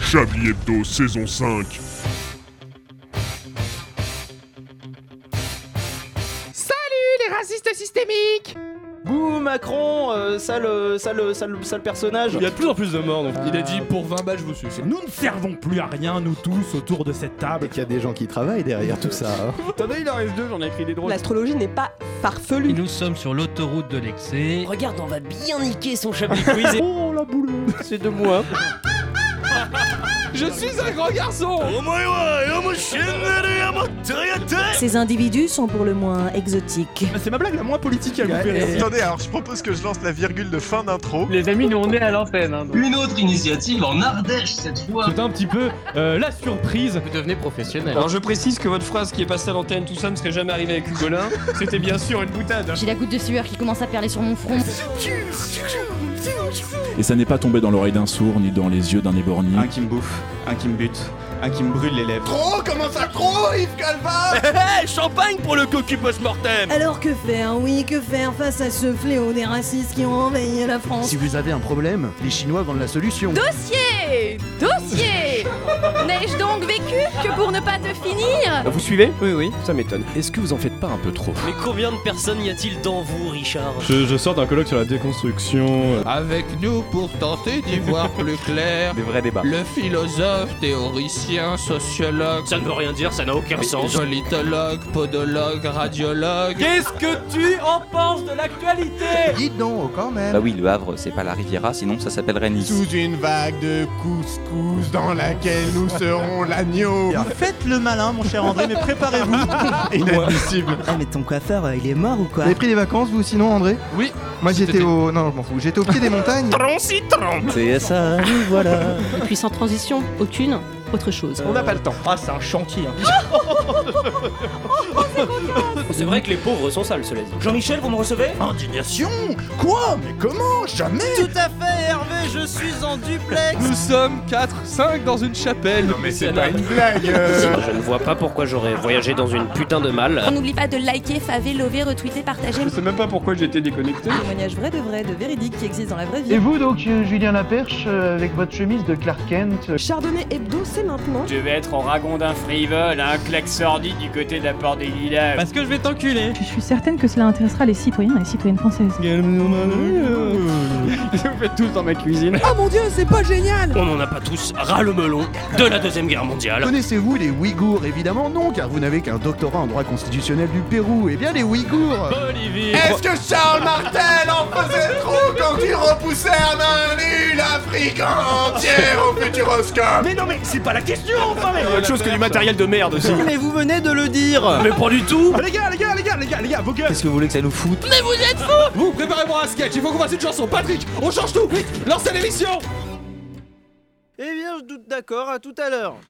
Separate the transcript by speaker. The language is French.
Speaker 1: Chablis Hebdo saison 5.
Speaker 2: Salut les racistes systémiques
Speaker 3: Bouh Macron, euh, sale, euh, sale, sale, sale personnage.
Speaker 4: Il y a de plus en plus de morts, donc il a dit pour 20 balles, je vous suce.
Speaker 5: Nous ne servons plus à rien, nous tous, autour de cette table.
Speaker 6: Et qu'il y a des gens qui travaillent derrière tout ça. hein.
Speaker 4: Attendez, il en reste deux, j'en ai écrit des drôles.
Speaker 7: L'astrologie n'est pas
Speaker 8: Et
Speaker 7: farfelue.
Speaker 8: nous sommes sur l'autoroute de l'excès.
Speaker 9: Regarde, on va bien niquer son chablis.
Speaker 3: Oh la boule, c'est de moi.
Speaker 4: Je suis un grand garçon
Speaker 10: Eh. Ces individus sont pour le moins exotiques.
Speaker 3: Bah, C'est ma blague la moins politique à vous faire.
Speaker 6: Et-
Speaker 11: Attendez, alors je propose que je lance la virgule de fin d'intro.
Speaker 8: Les amis, nous on est à l'antenne. hein,
Speaker 9: Une autre initiative en Ardèche cette fois.
Speaker 5: C'est un petit peu euh, la surprise.
Speaker 2: Vous devenez professionnel.
Speaker 4: Alors je précise que votre phrase qui est passée à l'antenne, tout ça ne serait jamais arrivé avec Hugolin. C'était bien sûr une boutade.
Speaker 10: J'ai la goutte de sueur qui commence à perler sur mon front.
Speaker 5: Et ça n'est pas tombé dans l'oreille d'un sourd ni dans les yeux d'un éborgné.
Speaker 6: qui me bouffe, un qui me bute, un qui me brûle les lèvres.
Speaker 11: Trop Comment ça trop, Yves Calva
Speaker 3: champagne pour le cocu post-mortem
Speaker 10: Alors que faire, oui, que faire face à ce fléau des racistes qui ont envahi la France
Speaker 6: Si vous avez un problème, les Chinois vendent la solution.
Speaker 10: Dossier Dossier N'ai-je donc vécu que pour ne pas te finir
Speaker 4: Vous suivez
Speaker 3: Oui, oui.
Speaker 4: Ça m'étonne.
Speaker 5: Est-ce que vous en faites pas un peu trop
Speaker 9: Mais combien de personnes y a-t-il dans vous, Richard
Speaker 4: Je, je sors d'un colloque sur la déconstruction.
Speaker 3: Ah,
Speaker 5: Avec nous pour tenter d'y voir plus clair,
Speaker 3: Des vrais débats.
Speaker 5: le philosophe, théoricien, sociologue,
Speaker 9: Euh, Ça ne veut rien dire, ça n'a aucun sens.
Speaker 5: politologue, podologue, radiologue.
Speaker 3: Qu'est-ce que tu en penses de l'actualité
Speaker 6: Dites donc, quand même.
Speaker 3: Bah oui, le Havre, c'est pas la Riviera, sinon ça s'appellerait Nice.
Speaker 11: Sous une vague de couscous dans laquelle nous serons l'agneau.
Speaker 6: Faites le malin, mon cher André, mais préparez-vous.
Speaker 11: Inadmissible.
Speaker 3: Ah, mais ton coiffeur, il est mort ou
Speaker 6: Vous
Speaker 3: quoi
Speaker 6: avez pris des vacances, vous, sinon, André
Speaker 4: Oui.
Speaker 6: Moi,
Speaker 4: C'était-
Speaker 6: j'étais au. Non, je m'en fous. J'étais au pied des montagnes.
Speaker 3: C'est ça, nous voilà.
Speaker 7: Et puis sans transition, aucune, autre chose.
Speaker 3: On n'a pas le temps. Ah, c'est un chantier.
Speaker 9: C'est vrai que les pauvres sont sales, cela dit.
Speaker 3: Jean-Michel, vous me recevez
Speaker 11: Indignation Quoi Mais comment Jamais
Speaker 3: Tout à fait, Hervé, je suis en duplex.
Speaker 4: Nous sommes 4, 5 dans une chapelle. Non mais c'est pas
Speaker 11: Une blague euh.
Speaker 9: Je ne vois pas pourquoi j'aurais voyagé dans une putain de
Speaker 10: On
Speaker 9: malle.
Speaker 10: n'oublie pas de liker, faver, lover, retweeter, partager.
Speaker 4: Je sais même pas pourquoi j'étais déconnecté.
Speaker 10: Témoignage vrai de vrai, de véridique qui existe dans la vraie vie.
Speaker 6: vous, donc, Julien Laperche, euh, avec votre chemise de Clark Kent
Speaker 7: Chardonnay Hebdo, c'est maintenant.
Speaker 9: Je vais être en ragondin frivole, un claque sordide du côté de la porte des lilas.
Speaker 4: Parce que je vais t'enculer.
Speaker 10: Je suis certaine que cela intéressera les citoyens et les citoyennes françaises.
Speaker 4: Vous faites tous dans ma cuisine.
Speaker 7: Oh mon dieu, c'est pas génial
Speaker 9: On n'en a pas tous ras le melon de la Deuxième Guerre mondiale.
Speaker 6: Connaissez-vous les Ouïghours Évidemment non, car vous n'avez qu'un doctorat en droit constitutionnel du Pérou. Eh bien, les Ouïghours
Speaker 4: Bolivie.
Speaker 11: Est-ce que Charles Martel en faisait trop quand il repoussait à main nue l'Afrique entière au futuroscope
Speaker 3: Mais non, mais c'est pas la question, enfin, mais
Speaker 4: Autre chose que du matériel de merde aussi.
Speaker 3: Mais vous venez de le dire
Speaker 9: Mais pas du tout
Speaker 4: Les gars, les gars, les gars, les gars, les gars, vos gueules
Speaker 3: Qu'est-ce que vous voulez que ça nous foute
Speaker 4: Vous, préparez-moi un sketch, il faut qu'on fasse une chanson. Patrick, on change tout, vite, lancez l'émission
Speaker 3: Eh bien, je doute d'accord, à tout à l'heure.